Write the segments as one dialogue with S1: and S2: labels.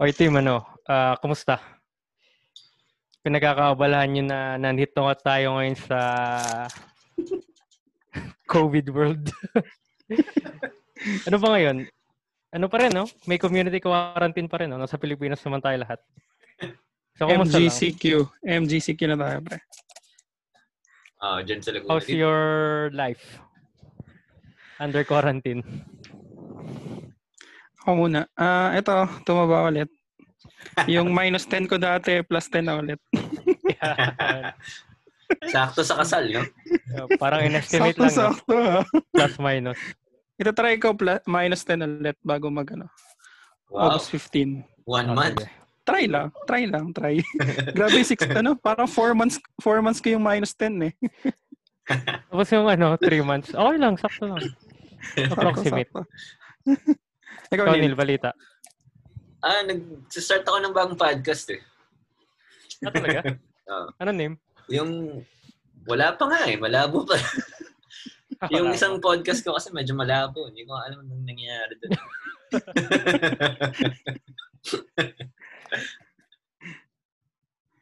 S1: Or team, ano, ah, kumusta? Pinagkakaabalahan nyo na nandito nga tayo ngayon sa COVID world. ano ba ngayon? Ano pa rin, no? May community quarantine pa rin, no? Nasa Pilipinas naman tayo lahat. So, kumusta lang?
S2: MGCQ. MGCQ na tayo, pre.
S3: Ah, dyan sa Laguna.
S1: How's
S3: din.
S1: your life? Under quarantine.
S2: Ako muna. Ah, ito, tumaba ulit. Yung minus 10 ko dati, plus 10 na ulit.
S1: Yeah.
S3: Sakto sa kasal, no?
S1: Uh, Parang in-estimate
S2: Sakto,
S1: lang, no?
S2: sakto. Eh, ah.
S1: plus minus.
S2: Ito try ko plus, minus 10 ulit bago mag ano,
S3: Wow.
S2: August 15.
S3: One
S1: Oh,
S3: month.
S1: sige.
S2: Try lang, try lang, try. Grabe, six, ano, parang 4 months, 4 months ko yung minus 10 eh.
S1: Tapos yung ano, three months. Okay lang, sakto lang.
S2: Sakto,
S1: Approximate.
S2: sakto. Ikaw,
S1: Ikaw,
S2: Neil.
S1: Neil, balita.
S3: Ah, nag-start ako ng bagong podcast eh.
S1: Ah, talaga?
S3: Oo.
S1: Ano name?
S3: Yung, wala pa nga eh. Malabo pa.
S1: Ah,
S3: yung
S1: wala.
S3: isang podcast ko kasi medyo malabo. Hindi ko alam anong nangyayari doon.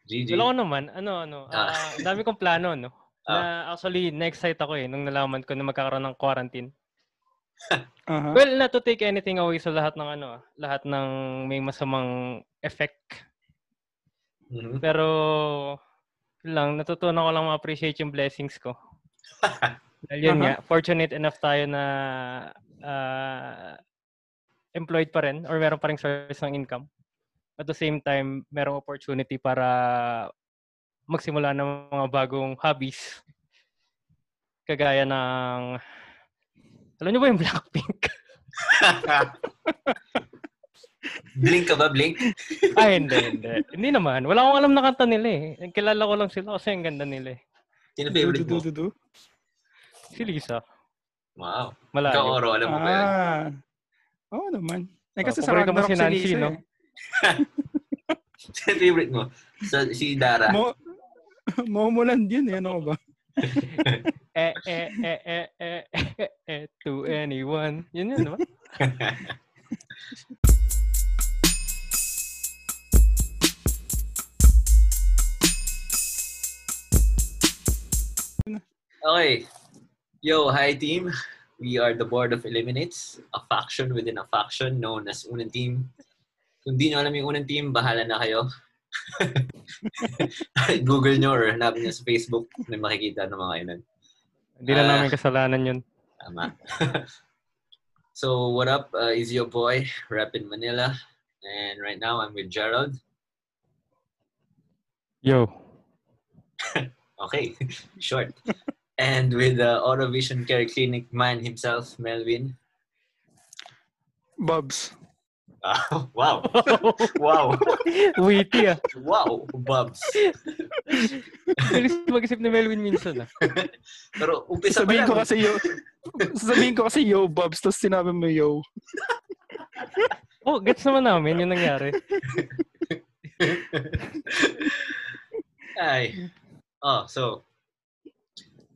S3: GG.
S1: Wala ko naman. Ano, ano.
S3: Ah.
S1: ah, ang dami kong plano, no? Na actually, na-excite ako eh, nung nalaman ko na magkakaroon ng quarantine.
S2: Aha.
S1: Well, not to take anything away sa lahat ng ano, ah, lahat ng may masamang effect.
S3: Mhm.
S1: Pero, yun lang, natutunan ko lang ma-appreciate yung blessings ko. Dahil yun nga, fortunate enough tayo na ah, employed pa rin or meron pa rin source ng income. At the same time, merong opportunity para magsimula ng mga bagong hobbies. Kagaya ng... Alam niyo ba yung Blackpink?
S3: blink ka ba, Blink?
S1: ah, hindi, hindi. Hindi naman. Wala akong alam na kanta nila eh. Kilala ko lang sila kasi ang ganda nila eh.
S3: Sino favorite mo?
S2: Du-du-du-du-du.
S1: Si Lisa.
S3: Wow. Ikaw,
S1: Malayo.
S3: Oro, alam mo ba yun?
S2: Ah. Oo naman. Eh
S1: Oh,
S2: kasi sa
S1: paborito mo
S2: Ragnarok
S1: si
S2: si
S1: Nancy,
S2: Lisa
S1: no?
S2: eh.
S3: Sino favorite mo? So, si Dara.
S2: Mo Momoland yun eh, ano ko ba?
S1: eh, eh, eh, eh, eh, eh, eh, to anyone. Yun yun, di ba?
S3: Okay. Yo, hi team. We are the Board of Eliminates, a faction within a faction known as Unang Team. Kung di nyo alam yung Unang Team, bahala na kayo. Google nyo or hanapin nyo sa Facebook, may makikita ng mga yun.
S1: Hindi na
S3: Ah.
S1: namin kasalanan yun.
S3: Tama. so, what up? Uh, is your boy, Rep in Manila. And right now, I'm with Gerald.
S1: Yo.
S3: Okay, short. And with the Auto Vision Care Clinic man himself, Melvin.
S2: Bobs.
S3: Ah, wow. Wow.
S1: Witty ah.
S3: Wow, Bobs.
S1: Bilis mag-isip ni Melvin minsan ah.
S3: Pero umpisa pa
S2: Sabihin
S3: lang.
S2: ko kasi yo. Sabihin ko kasi yo Bobs, tapos sinabi mo yo.
S1: Oh, gets naman namin yung nangyari.
S3: Ay. Oh, so.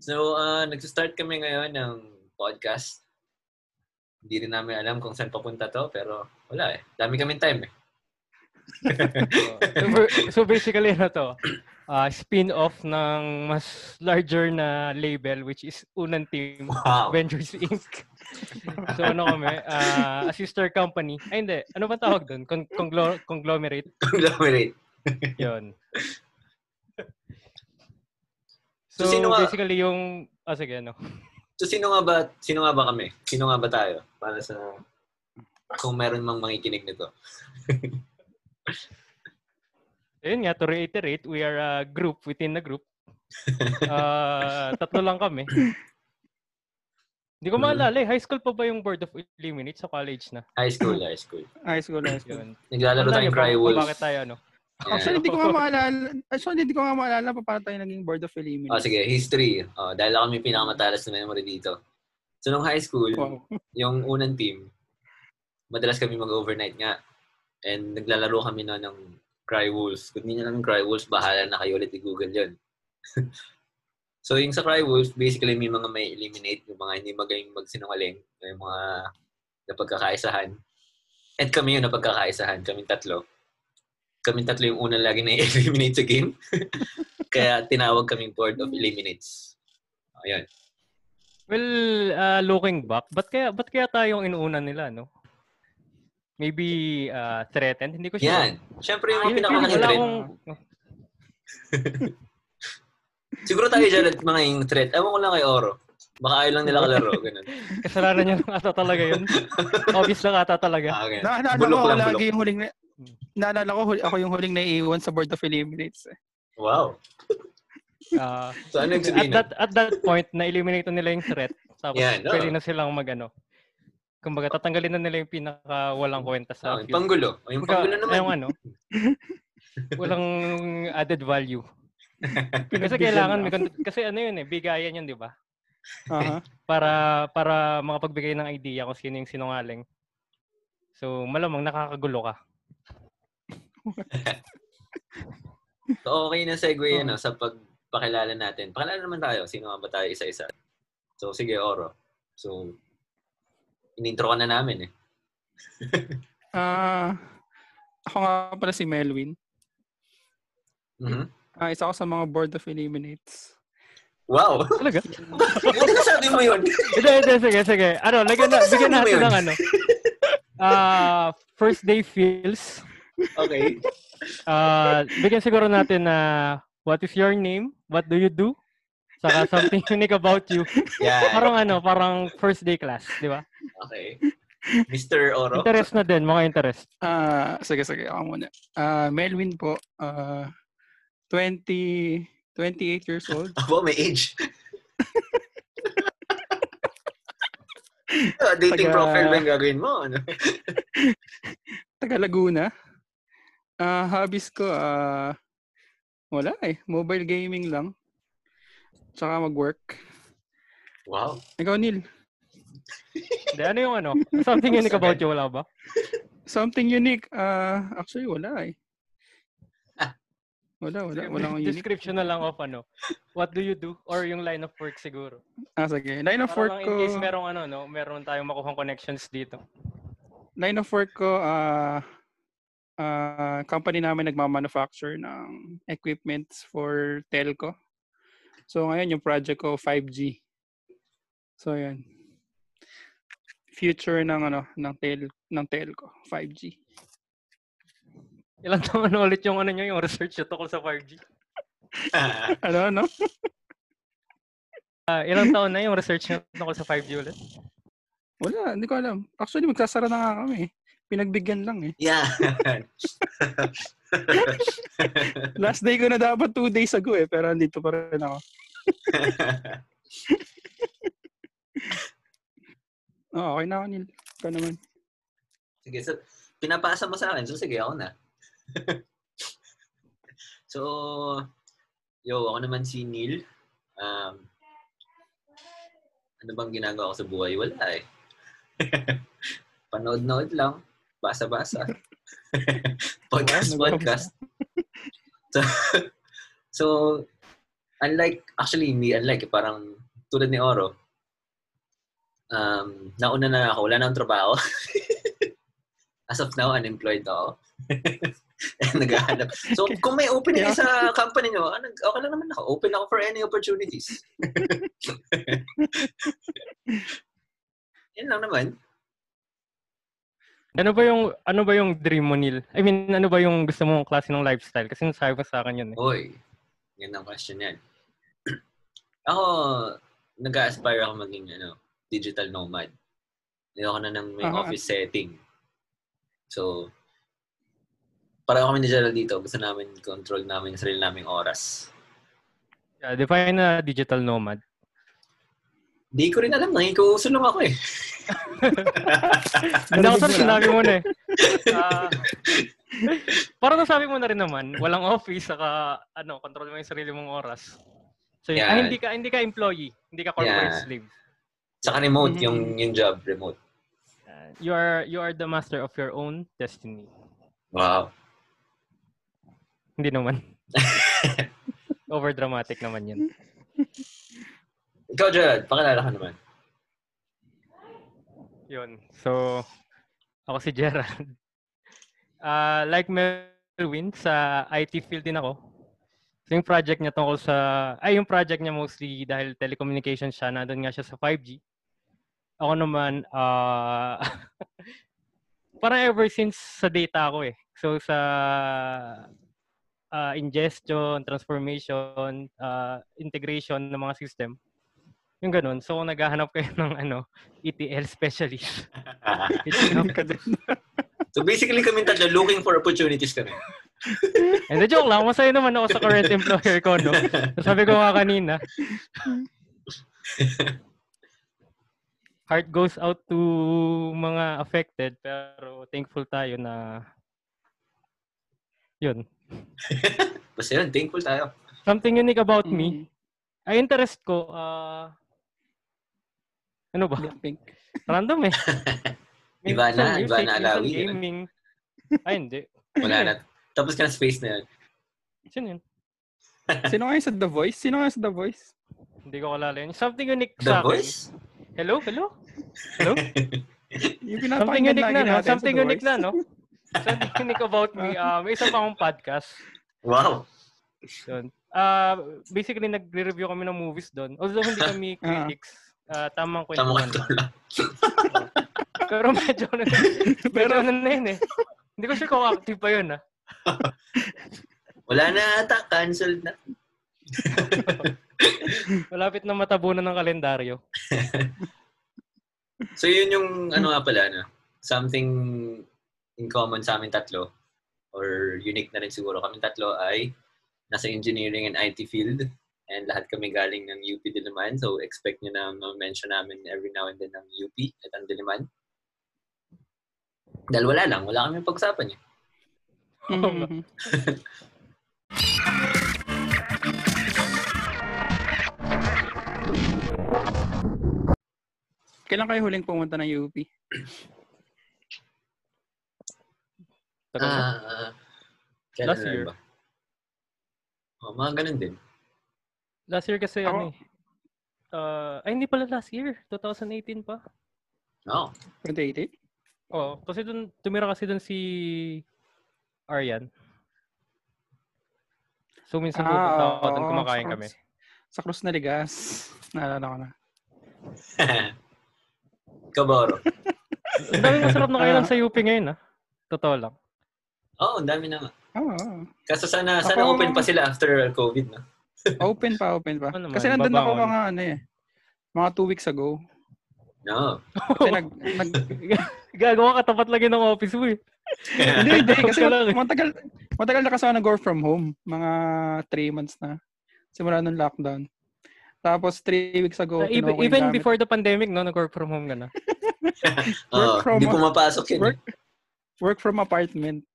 S3: So, uh, nagsistart kami ngayon ng podcast. Hindi rin namin alam kung saan papunta to, pero wala eh. Dami kaming time eh.
S1: So, ba- so basically na to, ah, spin-off ng mas larger na label which is Unang Team
S3: Wow.
S1: Ventures Inc. So ano kami, ah, a sister company. Ay hindi, ano ba tawag doon? Con- conglo- conglomerate?
S3: Conglomerate.
S1: Yun. So,
S3: So, sino nga-
S1: basically yung... Ah, sige, ano?
S3: So, sino nga ba, sino nga ba kami? Sino nga ba tayo? Para sa, kung meron mang mangikinig nito.
S1: Ayun nga, to reiterate, we are a group within a group. Ah, tatlo lang kami. Hindi ko
S3: Mm.
S1: maalala eh. High school pa ba yung Board of Eliminates sa college na?
S3: High school, high school.
S2: High school, high school.
S1: Yun.
S3: Naglalaro
S1: Tandaan
S3: tayong
S1: niyo ba
S3: Cry
S1: kung
S3: Wolf.
S1: Bakit tayo, ano?
S3: Yeah.
S2: Actually, hindi ko nga maalala. Actually, hindi ko nga maalala pa paano tayo naging Board of Eliminates.
S3: Oh, sige, history. Oh, dahil ako may pinakamatalas na memory dito. So, nung high school,
S2: Wow.
S3: yung unang team, madalas kami mag-overnight nga. And naglalaro kami na ng Cry Wolves. Kung hindi nyo alam yung Cry Wolves, bahala na kayo ulit i-google yun. so, yung sa Cry Wolves, basically may mga may eliminate, yung mga hindi magaling magsinungaling, yung mga napagkakaisahan. At kami yung napagkakaisahan, kami tatlo. kami tatlo yung una lagi na eliminate sa game. Kaya tinawag kaming board of eliminates. Ayun.
S1: Well, uh, looking back, ba't kaya, ba't kaya tayong inuuna nila, no? Maybe uh, threatened? Hindi ko sure.
S3: Yan. Siyempre yung mga
S1: Feeling- feeling
S3: pinakamalaki
S1: wala
S3: threat.
S1: akong...
S3: Siguro tayo dyan at mga yung threat. Ewan ko lang kay Oro. Baka ayaw lang nila kalaro. Ganun.
S1: Kasalanan niya lang ata talaga yun. Obvious lang ata talaga.
S3: Ah, ganun.
S2: Naalala ko,
S3: Bulok
S2: ako
S3: lang,
S2: lagi
S3: bulok.
S2: yung huling na... Naalala ko, huli- ako yung huling naiiwan sa Board of Eliminates. eh.
S3: Wow.
S1: Ah,
S3: So ano yung
S1: at
S3: sabihin?
S1: that at that point na eliminate na nila yung threat tapos
S3: Yan, oo.
S1: pwede na silang magano kumbaga tatanggalin na nila yung pinaka walang kwenta
S3: Ah,
S1: sa feud.
S3: yung panggulo. Oh, Yung
S1: Kumbaga,
S3: panggulo
S1: yung
S3: naman.
S1: ano walang added value kasi
S2: Pinagbigyan
S1: kailangan
S2: na.
S1: may kon- kasi ano yun eh bigayan yun di ba
S2: Aha.
S1: para para makapagbigay ng idea kung sino yung sinungaling so malamang nakakagulo ka
S3: So okay na segue
S2: Oo.
S3: yun no, sa pagpakilala natin. Pakilala naman tayo. Sino nga ba tayo isa-isa? So sige, Oro. So, inintro ka na namin eh.
S2: Ah, ako nga pala si Melwin.
S3: Mhm.
S2: Ah, isa ako sa mga Board of Eliminates.
S3: Wow!
S1: talaga
S3: Buti na sabi mo yun.
S1: Hindi, hindi, sige, sige. Ano, lagyan na,
S3: Saan
S1: bigyan
S3: mo
S1: natin
S3: yun?
S1: ng ano. Ah, first day feels.
S3: Okay.
S1: Ah, bigyan siguro natin na what is your name? What do you do? Saka something unique about you.
S3: Yan.
S1: Parang ano, parang first day class, di ba?
S3: Okay. Mr. Oro.
S1: Interest na din, mga interest.
S2: Ah, sige, sige. Ako muna. Ah, Melwin po. Ah, 20, 28 years old.
S3: Abo, may age. Ah, dating
S2: Taga-
S3: profile ba yung gagawin mo? Ano?
S2: Taga Laguna. Ah, hobbies ko, ah, wala eh. Mobile gaming lang. Tsaka mag-work.
S3: Wow.
S2: Ikaw, Neil.
S1: Hindi, ano yung ano? Something unique about you, wala ba?
S2: Something unique. Ah, actually, wala eh.
S1: Ah.
S2: Wala, wala. Wala akong unique.
S1: Description na lang of ano. What do you do? Or yung line of work siguro.
S2: Ah, sige. Line of
S1: Para
S2: work
S1: lang
S2: ko.
S1: in case merong ano, no? Meron tayong makuhang connections dito.
S2: line of work ko, ah ah, company namin nagmamanufacture ng equipments for telco. So ngayon yung project ko 5G. So yun. Future ng ano ng tel ng telco 5G.
S1: Ilang taon na ulit yung ano nyo, yung research nyo tungkol sa 5G?
S3: Ah,
S2: Ano no?
S1: Ah, ilang taon na yung research nyo tungkol sa 5G ulit?
S2: Wala, hindi ko alam. Actually magsasara na nga kami. eh. Pinagbigyan lang eh.
S3: yeah.
S2: Last day ko na dapat two days ago eh, pero andito pa rin ako. Oo, Oh, okay na ako, Neil. Ikaw naman.
S3: sige, so, pinapasa mo sa akin. So, sige, ako na. so, yo, ako naman si Neil. Um, ano bang ginagawa ko sa buhay? Wala eh. Panood-nood lang. Basa-basa. podcast,
S2: Wala,
S3: podcast. So, so, unlike, actually, hindi unlike. eh, Parang, tulad ni Oro, um, nauna na ako. Wala na akong trabaho. As of now, unemployed ako. Naghahanap. So, kung may opening
S2: Yeah.
S3: sa company nyo, ano, okay lang naman ako. Open ako for any opportunities. Yan lang naman.
S1: Ano ba yung ano ba yung dream mo, Neil? I mean, ano ba yung gusto mong klase ng lifestyle? Kasi nasabi mo sa akin yun eh.
S3: Hoy, yan ang question yan. ako, nag-aspire ako maging ano, digital nomad. Ayoko na ng may
S1: Ah.
S2: Aha.
S3: office setting. So, para kami ni Gerald dito, gusto namin control namin yung sarili naming oras.
S1: Yeah, Ah, define na digital nomad.
S3: Hindi ko rin alam, nangikuuso lang ako eh.
S1: Hindi ako
S2: Narinig
S1: sa
S2: mo lang?
S1: sinabi mo na eh. Ah, parang nasabi mo na rin naman, walang office, saka ano, control mo yung sarili mong oras. So, yun. Ah,
S3: Yan.
S1: hindi ka hindi ka employee, hindi ka corporate
S3: Yan.
S1: slave.
S3: Saka remote,
S1: Mm-hmm.
S2: Mhm.
S3: yung, yung job, remote.
S1: Ah, you are you are the master of your own destiny.
S3: Wow.
S1: Hindi naman. Over dramatic naman yun.
S3: Ikaw, Gerald, pakilala ka naman.
S1: Yun. So, ako si Gerald. Ah, like Mel- Win. Sa IT field din ako. So yung project niya tungkol sa... Ay, yung project niya mostly dahil telecommunication siya. Nandun nga siya sa 5G. Ako naman, ah parang ever since sa data ako eh. So sa ah, ingestion, transformation, ah, integration ng mga system. Yung ganun. So kung naghahanap kayo ng ano, ETL specialist. reach out.
S2: Ka din.
S3: so basically kami tatlo looking for opportunities kami.
S1: Hindi, joke lang. Masaya naman ako sa current employer ko, no? Sabi ko nga kanina. Heart goes out to mga affected, pero thankful tayo na yun.
S3: Basta yun, thankful tayo.
S1: Something unique about
S2: Mm.
S1: me.
S2: Hmm.
S1: Ay, interest ko, ah, ano ba?
S2: Blackpink.
S1: Random eh.
S3: Iba
S1: Minsan
S3: na, iba
S1: music,
S3: na
S1: minsan
S3: alawi, ganun.
S1: gaming. Ay, hindi.
S3: Wala na. Tapos ka na space na yun.
S1: Sino yun?
S2: Sino kayo sa The Voice? Sino kayo sa The Voice?
S1: Hindi ko kalala yun. Something unique
S3: The
S1: sa akin.
S3: voice?
S1: Hello? Hello?
S2: Yung
S1: Something
S2: pinapakinggan
S1: unique na,
S2: lagi
S1: no?
S2: natin sa
S1: Something
S2: The
S1: unique na,
S2: Voice.
S1: no? Something unique about me. Uh, may isa pa akong podcast.
S3: Wow.
S1: Doon. Uh, basically, nagre-review kami ng movies doon. Although hindi kami
S2: Ah.
S1: critics. Uh, tamang kwento.
S3: Tama ka to lang.
S1: Pero medyo ano,
S2: Pero
S1: medyo ano na yun eh. Hindi ko sure kung active pa yun, ah.
S3: Wala na ata. Cancelled na.
S1: Malapit na matabunan ng kalendaryo.
S3: So yun yung ano nga pala na something in common sa amin tatlo or unique na rin siguro kami tatlo ay nasa engineering and IT field and lahat kami galing ng UP Diliman so expect nyo na ma-mention namin every now and then ng UP at ang Diliman. Dahil wala lang, wala kami pag-usapan eh.
S2: Mhm. Kailan kayo huling pumunta ng UP?
S1: Tagal na.
S3: Ah, kailan
S1: Last
S3: na
S1: year.
S3: Ba? Oh, mga ganun din.
S1: last year kasi, ano
S2: Ako-
S1: eh. Uh, ay, hindi pala last year. 2018 pa.
S3: Oo.
S2: 2018?
S1: Oo. kasi doon, tumira kasi doon si Aryan. So, minsan
S2: Ah,
S1: pupunta ako doon,
S2: oo,
S1: kumakain
S2: sa
S1: kami.
S2: Cruz- Sa Cruz na Ligas. Naalala ko na.
S3: Kaboro.
S1: Ang daming masarap na kainan
S2: Ah.
S1: sa UP ngayon, ah. Totoo lang.
S3: Oo, ang dami na nga.
S2: Ah, Oo. oo.
S3: Kaso sana, sana
S2: Ako- eh.
S3: open pa sila after COVID, no?
S2: Open pa, open pa.
S1: Ano naman,
S2: Kasi nandun ako
S1: babangon.
S2: mga ano eh. Mga two weeks ago.
S3: No.
S2: Kasi nag, nag,
S1: Gagawa ka tapat lagi ng office mo, eh.
S2: hindi, hindi. Kasi
S1: Joke lang eh.
S2: matagal, matagal na kasi ako nag-work from home. Mga three months na. Simula nung lockdown. Tapos three weeks ago,
S1: So, ev-
S2: kinuha ko yung
S1: even
S2: gamit.
S1: before the pandemic, no, nag-work from home ka na.
S3: Oo,
S2: from-
S3: hindi pumapasok yun. eh.
S2: work- work from apartment.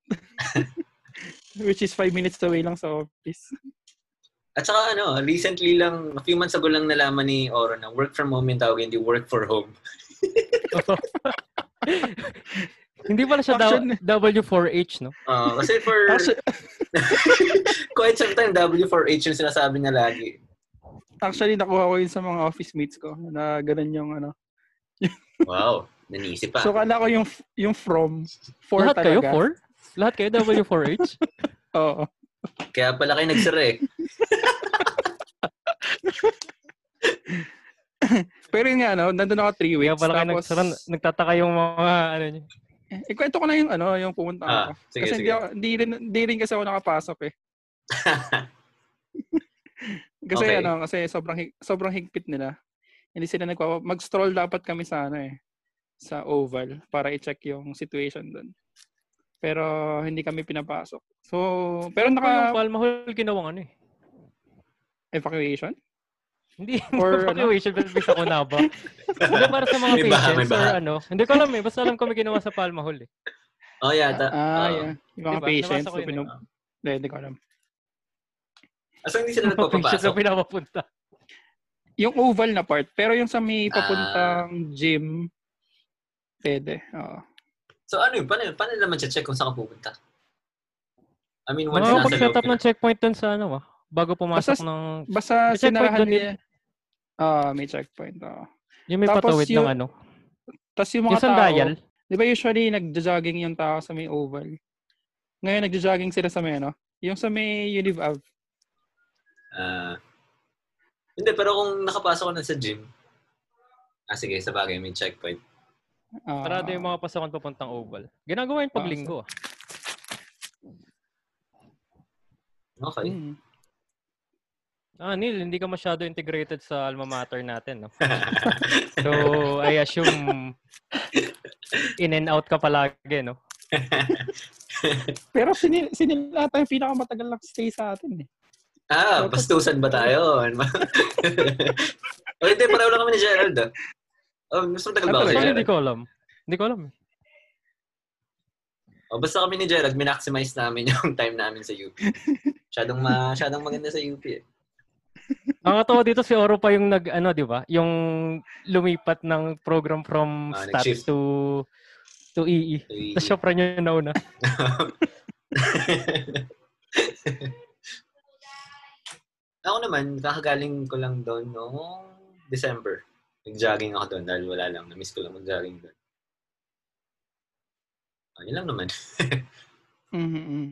S2: Which is five minutes away lang sa office.
S3: At saka ano, recently lang, a few months ago lang nalaman ni Oro na work from home yung tawag, hindi work for home.
S1: Hindi pala siya daw-
S2: Actually-
S1: W4H, no?
S3: Ah, kasi for
S2: Actually,
S3: quite some time, W4H yung sinasabi niya lagi.
S2: actually, nakuha ko yun sa mga office mates ko na ganun yung ano.
S3: Wow, nanisip pa.
S2: So, kala ko yung, yung from. Four
S1: Ah. Lahat kayo,
S2: talaga.
S1: 4? Lahat kayo, W4H?
S2: Oo.
S3: Kaya pala kayo nagsira eh.
S2: Pero yun nga, no, nandun ako three
S1: Kaya
S2: weeks.
S1: pala kayo
S2: tapos,
S1: nagsara, nagtataka yung mga, ano niyo.
S2: eh, kwento ko na yung, ano, yung pumunta
S3: Ah,
S2: ako.
S3: sige,
S2: kasi
S3: sige.
S2: Hindi, ako, hindi, rin, hindi rin kasi ako nakapasok eh. Kasi
S3: Okay.
S2: ano, kasi sobrang, hig- sobrang higpit nila. Hindi sila nagpapa... Mag-stroll dapat kami sa ano eh. Sa Oval para i-check yung situation doon. Pero hindi kami pinapasok. So, pero
S1: Yung
S2: naka...
S1: Palma Hall, ginawang ano eh.
S2: Evacuation?
S1: Hindi,
S2: Or
S1: or
S2: ano?
S1: evacuation ano? sa Kunaba. Hindi para sa mga
S3: May baha, may
S1: patients or
S3: baha.
S1: ano. Hindi ko alam eh. Basta alam ko may ginawa sa Palma Hall eh.
S3: oh, yata.
S2: Ah,
S3: Oo.
S2: yeah. Yung mga
S1: Diba?
S2: patients.
S1: Nabasa ko
S2: So,
S1: yun eh.
S2: pinu- Hindi, hindi ko alam.
S3: Aso Ah, hindi
S1: Mga patients
S3: sila
S1: na
S3: nagpapapasok?
S1: pinapapunta.
S2: Yung oval na part. Pero yung sa may
S3: Ah.
S2: papuntang gym, pwede. Oo.
S3: So ano yun, paano, paano naman siya check kung saan ka pupunta? I mean,
S1: Mga
S3: once nasa
S1: pag-set
S3: loob
S1: up
S3: ka
S1: ng
S3: na.
S1: checkpoint dun sa ano ah. Bago pumasok
S2: Basta-
S1: ng...
S2: Basta
S1: May checkpoint
S2: sinarahan
S1: doon
S2: nila. Ah, may checkpoint. Oo.
S1: Yung may
S2: Tapos
S1: patawid ng
S2: yung
S1: ano.
S2: Tapos yung
S1: Yung
S2: mga tao,
S1: sandal.
S2: Di ba usually nag-jogging yung tao sa may oval? Ngayon, nagjo-jogging sila sa may, ano? Yung sa may Univ Ave.
S3: Ah. hindi, pero kung nakapasok ka na sa gym, ah sige, sa bagay, may checkpoint.
S2: Ah,
S1: Parado yung mga pasokan papuntang oval. Ginagawa yung paglinggo. ah. Hmm.
S3: Okay.
S2: mm.
S1: Ah, Neil, hindi ka masyado integrated sa alma mater natin. No? So, I assume in and out ka palagi, no?
S2: Pero sinil, sinil ata yung pinakamatagal lang stay sa atin eh.
S3: ah, bastusan ba tayo? Ano ba? o hindi, pareho lang kami ni Gerald. ah. Oh, mas matagal ba
S2: Ah,
S3: ako
S2: talaga?
S3: sa
S1: Sorry,
S3: Gerald?
S1: hindi ko alam. Hindi ko alam. eh.
S3: O, Oh, basta kami ni Gerald, minaximize namin yung time namin sa UP. Masyadong, ma- masyadong maganda sa UP eh.
S1: Ang katawa dito si Oro pa yung nag ano, 'di ba? Yung lumipat ng program from
S3: Ah,
S1: stats
S3: nag-shift.
S1: to to EE.
S3: So, y-
S1: Tapos siya pa rin yung nauna.
S3: ako naman, kakagaling ko lang doon noong December. Nag-jogging ako doon dahil wala lang. Na-miss ko lang mag-jogging doon. Ah, yun lang naman.
S2: Mm-hmm.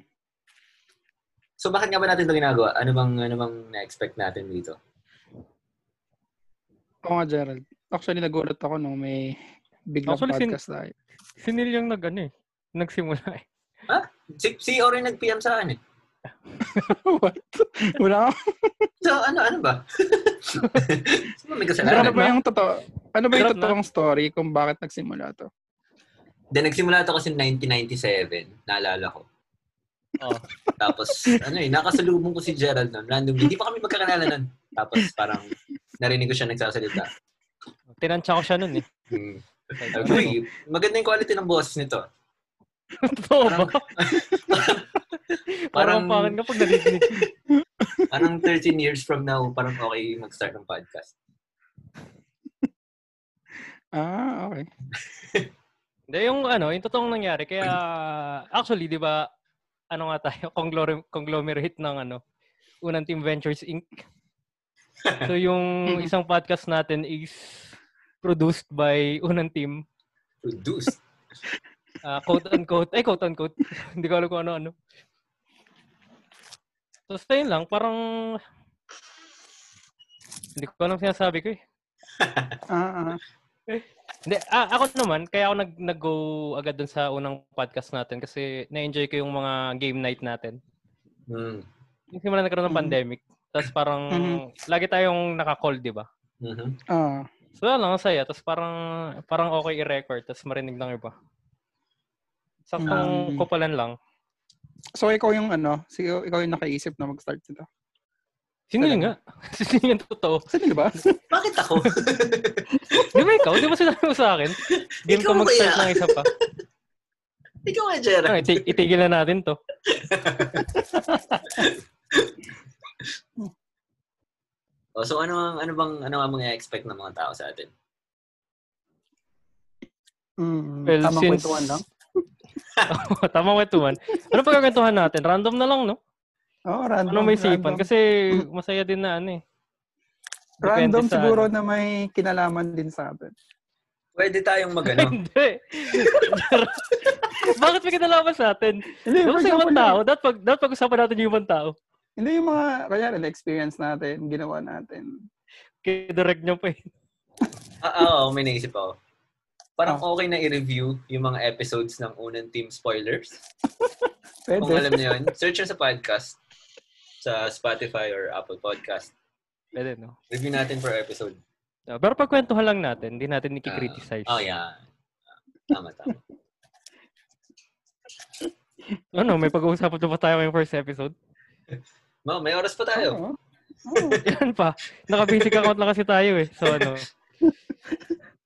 S3: So, bakit nga ba natin ito ginagawa? Ano bang, ano bang na-expect natin dito?
S2: Oo nga, Gerald. Actually, nagulat ako nung may biglang
S1: Actually, sin-
S2: podcast tayo.
S1: Si Neil yung nag ano eh, nagsimula eh.
S3: Si, si Ori nag-PM sa akin eh.
S2: What? Wala ako.
S3: So, ano, ano ba? Sino may
S2: Ano
S3: kasalanan?
S2: ba
S1: na?
S2: yung totoo? Ano ba yung
S1: Hirap na.
S2: totoong story kung bakit nagsimula to?
S3: Then, nagsimula ito kasi 1997. Naalala ko.
S1: Oh.
S3: Tapos, ano eh, nakasalubong ko si Gerald noon. Randomly. Hindi pa kami magkakilala noon. Tapos, parang, narinig ko siya nagsasalita.
S1: Tinansya ko siya nun eh.
S3: Hmm.
S1: Like,
S3: Sabi ko, "Uy, maganda yung quality ng boses nito.
S1: ano, Totoo ba? Parang
S3: Parang-
S1: pangan ka pag narinig.
S3: Parang 13 years from now, parang okay mag-start ng podcast.
S2: Ah, okay.
S1: Hindi, yung ano, yung totoong nangyari. Kaya, actually, di ba, ano nga tayo, conglomer- conglomerate ng ano, unang Team Ventures Inc. So, yung
S2: Mhm.
S1: isang podcast natin is produced by unang team,
S3: Produced.
S1: ah, quote-unquote, ay, quote-unquote, hindi ko alam kung ano-ano. So, sa yun lang, parang, hindi ko alam sinasabi ko eh.
S2: Ah, ah.
S1: Hindi, ah, ako naman, kaya ako nag, nag-go agad dun sa unang podcast natin kasi na-enjoy ko yung mga game night natin.
S3: Mm.
S1: Yung simula nagkaroon ng
S3: Mm-hmm.
S2: Mhm.
S1: pandemic. Tapos parang,
S2: Mhm.
S1: lagi tayong naka-call, di ba?
S3: Mhm.
S2: ah.
S1: So, yun lang, ang saya. Tapos parang, parang okay i-record. Tapos marinig ng iba. Saktong
S3: Mm-hmm.
S2: Mhm.
S1: kupalan lang.
S2: So, ikaw yung ano, sigaw, ikaw yung nakaisip na mag-start nito.
S1: Sino yun
S2: Talaga?
S1: nga? Sino yung totoo?
S2: Sino ba?
S3: Bakit ako?
S1: Di ba ikaw? Di ba sinabi mo sa akin? Game ka
S3: Ikaw
S1: mag-start
S3: kaya?
S1: ng isa pa.
S3: Ikaw nga,
S1: Ah,
S3: Gerald.
S1: iti- itigil na natin to.
S3: Oh, so, ano, ang- ano bang, ano ang mga expect ng mga tao sa atin?
S2: Mm,
S1: Well,
S2: tamang
S1: since...
S2: kwentuhan lang.
S1: Oo, tamang kwentuhan. Ano pagkakwentuhan natin? Random na lang, no?
S2: Oo, Oh, random.
S1: Ano may isipan?
S2: random.
S1: Kasi masaya din na ano eh. Depende
S2: random
S1: sa ano.
S2: siguro na may kinalaman din sa atin.
S3: Pwede tayong mag,
S1: Ano.
S3: ano?
S1: Hindi. Bakit may kinalaman sa atin?
S2: Hindi, for
S1: Dapat sa
S2: example,
S1: ibang tao.
S2: yung-
S1: Dapat, pag, dapat pag-usapan natin yung ibang tao.
S2: Hindi yung mga, kaya na experience natin, ginawa natin.
S1: Kidirect nyo pa eh.
S3: Ah, ah, oo, may naisip ako. Parang
S1: Ah.
S3: okay na i-review yung mga episodes ng unang team spoilers. Kung
S2: Pwede.
S3: alam niyo yun, search nyo sa podcast sa Spotify or Apple Podcast.
S1: Pwede, no?
S3: Review natin per episode.
S1: Ah, Pero pagkwentuhan lang natin. Hindi natin
S3: Ah,
S1: ikikriticize.
S3: oh, yeah. Tama, tama.
S1: Ano, may pag-uusapan na ba tayo ngayong first episode?
S3: Ma, may oras pa tayo.
S1: Ah.
S2: Oo. Oo.
S1: Yan pa. Naka-basic account lang kasi tayo eh. So ano.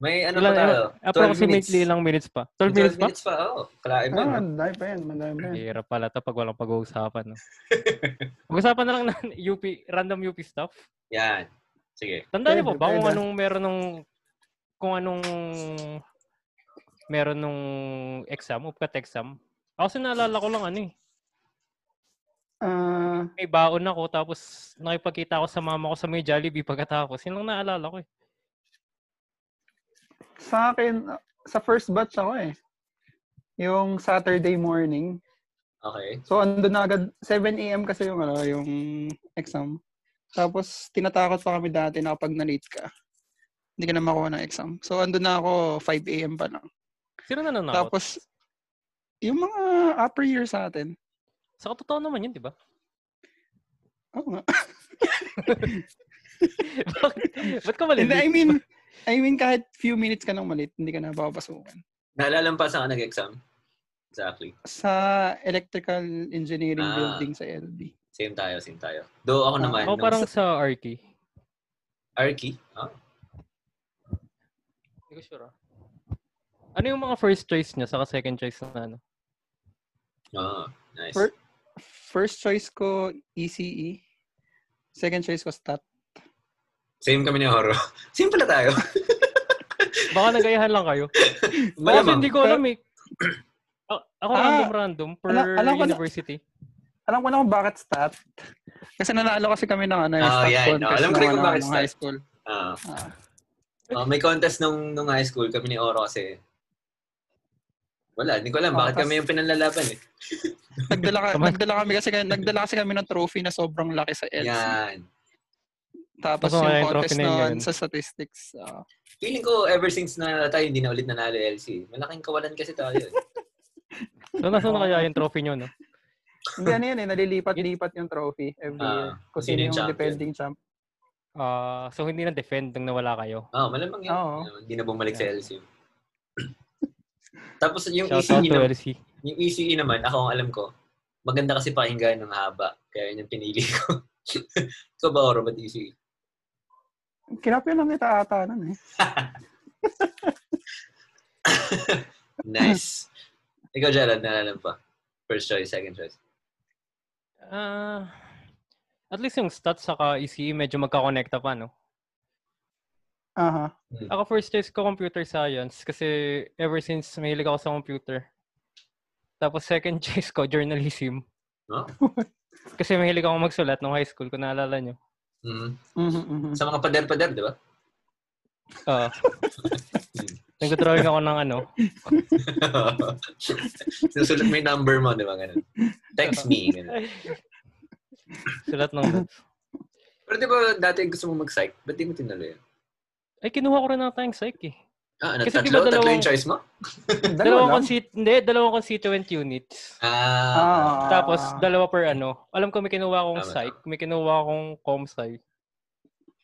S3: May ano
S1: Wala,
S3: pa tayo?
S1: approximately ilang minutes pa. 12 minutes pa?
S3: minutes pa, oo. Kalain pa.
S2: Ah,
S3: no?
S2: Madami pa yan, madami pa yan.
S1: Hirap pala to pag walang pag-uusapan. No? Pag-usapan na lang ng UP, random UP stuff.
S3: Yan. Sige.
S1: Tandaan niyo po
S2: Pwede,
S1: ba kung
S2: pwede.
S1: anong meron nung kung anong meron nung exam, upkat exam? Ako kasi naalala ko lang ano eh.
S2: Ah,
S1: May baon ako tapos nakipagkita ako sa mama ko sa may Jollibee pagkatapos. Yun lang naalala ko eh.
S2: sa akin, sa first batch ako eh. Yung Saturday morning,
S3: Okay.
S2: So, andun na agad, 7 a.m. kasi yung, ano, yung exam. Tapos, tinatakot pa kami dati na kapag na-late ka, hindi ka na makuha ng exam. So, andun na ako, 5 a.m. pa lang.
S1: Sino na nanakot?
S2: Tapos, yung mga upper year sa atin,
S1: Sa totoo naman yun, di ba?
S2: oo nga.
S1: Bakit? Ba't ka
S2: Hindi,
S1: malindi?
S2: I mean, I mean, kahit few minutes ka nang malit, hindi ka na papapasukan.
S3: Naalala mo pa saan ka nag-exam? Exactly.
S2: Sa electrical engineering
S3: Ah.
S2: building sa LB.
S3: Same tayo, same tayo. Though ako
S2: Ah,
S3: naman,
S1: Ako
S3: nung
S1: parang sa Arky.
S3: Arky, ah,
S1: Hindi ko sure ah. Ano yung mga first choice nyo saka second choice na ano?
S3: ah, nice.
S2: For- First choice ko, ECE. Second choice ko, stat.
S3: Same kami ni Horo. Same pala tayo.
S1: Baka nagayahan lang kayo. Kasi
S3: Malamang.
S1: hindi ko alam eh. A- ako
S2: Ah,
S1: random-random per
S2: ala- alam ko na-
S1: university.
S2: Alam ko na kung bakit stat. Kasi nanalo kasi kami ng ano, yung
S3: Oh,
S2: stat
S3: yeah, I know.
S2: contest.
S3: Alam ko rin
S2: nung,
S3: kung
S2: ano,
S3: bakit
S2: nung
S3: stat.
S2: High school.
S3: Ah.
S2: Ah.
S3: Ah, may contest nung, nung high school kami ni Oro kasi wala, hindi ko alam
S2: Ah,
S3: bakit
S2: tas-
S3: kami yung pinanlalaban eh.
S2: Nagdala, ka,
S1: Tama.
S2: nagdala, kami kasi, nagdala kasi kami ng trophy na sobrang laki sa LC.
S3: Yan.
S2: Tapos
S1: Baka kaya
S2: yung
S1: yung
S2: contest
S1: trophy na yun
S2: noon
S1: ngayon.
S2: sa statistics. ah.
S3: Feeling ko ever since na tayo hindi na ulit nanalo LC. Malaking kawalan kasi tayo. eh.
S1: So, nasa na kaya yung trophy nyo, no?
S2: Hindi ano yun eh, nalilipat-lipat yung trophy every
S3: Ah,
S2: year. Kung
S3: sino
S2: sino
S3: yung
S2: yung
S3: champion?
S2: defending champ.
S1: Ah, so, hindi na defend nung nawala kayo.
S3: Oo, malamang yun.
S2: Oo.
S3: Ano, Hindi na bumalik sa LC. Tapos yung E
S1: Shout out
S3: ECE,
S1: to
S3: naman,
S1: LC.
S3: yung ECE naman, ako ang alam ko, maganda kasi pakinggan ng haba. Kaya yun yung pinili ko. so ba, Oro, ba't E ECE?
S2: Kinapya lang kita ata nun eh.
S3: Nice. Ikaw, Gerald, naalala mo pa. First choice, second choice.
S1: Ah, at least yung stats saka ECE E, medyo magkakonekta pa, no?
S2: Aha.
S1: Ako first choice ko computer science kasi ever since mahilig ako sa computer. Tapos second choice ko journalism.
S3: Huh?
S1: kasi mahilig ako magsulat nung high school kung naalala nyo.
S3: Mhm.
S2: Mhm, mhm.
S3: Sa mga pader-pader, di ba?
S1: Ah. Nagdodrawing ako ng ano.
S3: Sinusulat mo yung number mo, di ba? Ganun. Text me. Ganun.
S1: Sulat ng notes.
S3: Pero di ba dati gusto mo mag-psych? Ba't di mo tinalo yun?
S1: Ay, kinuha ko rin ata yung psych eh.
S3: Ah, ano,
S1: Kasi di ba
S3: tatlo? Tatlo yung
S1: dalawang-
S3: choice mo?
S1: Dalawang,
S2: lang?
S1: consi- hindi, dalawang constituent units.
S3: Ah.
S2: Ah.
S1: Tapos, dalawa per ano. Alam ko may kinuha akong
S3: Tama,
S1: psych, may kinuha akong com psych.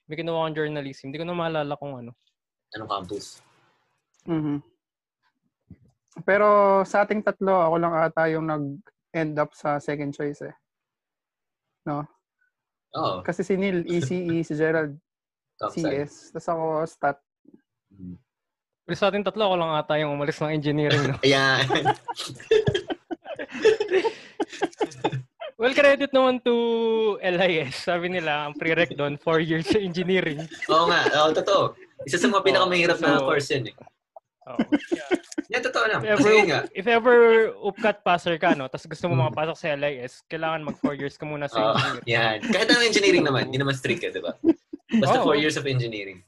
S1: May kinuha akong journalism. Hindi ko na maalala kung ano.
S3: Anong campus?
S2: Mhm. Pero sa ating tatlo, ako lang ata yung nag-end up sa second choice eh.
S3: Oo.
S2: Kasi si Neil, ECE, si Gerald,
S3: Oh, Psych.
S2: CS. Tapos ako, stat.
S3: Mm.
S1: Pero sa ating tatlo, ako lang ata yung umalis ng engineering. No?
S3: Ayan.
S1: Well, credit naman to LIS. Sabi nila, ang prereq doon, four years sa engineering.
S3: Oo nga. Oo, totoo. Isa sa mga pinakamahirap na
S1: Oo.
S3: course yun eh.
S1: Oo.
S3: Yan, totoo lang.
S1: If
S3: Kasi
S1: ever,
S3: yun nga.
S1: Oh. if ever upcut passer ka, no, tapos gusto mo makapasok sa LIS, kailangan mag four years ka muna sa
S3: Oo,
S1: engineering.
S3: yan. Kahit anong engineering naman, hindi naman strict eh, di ba?
S1: Oo.
S3: Basta four years of engineering.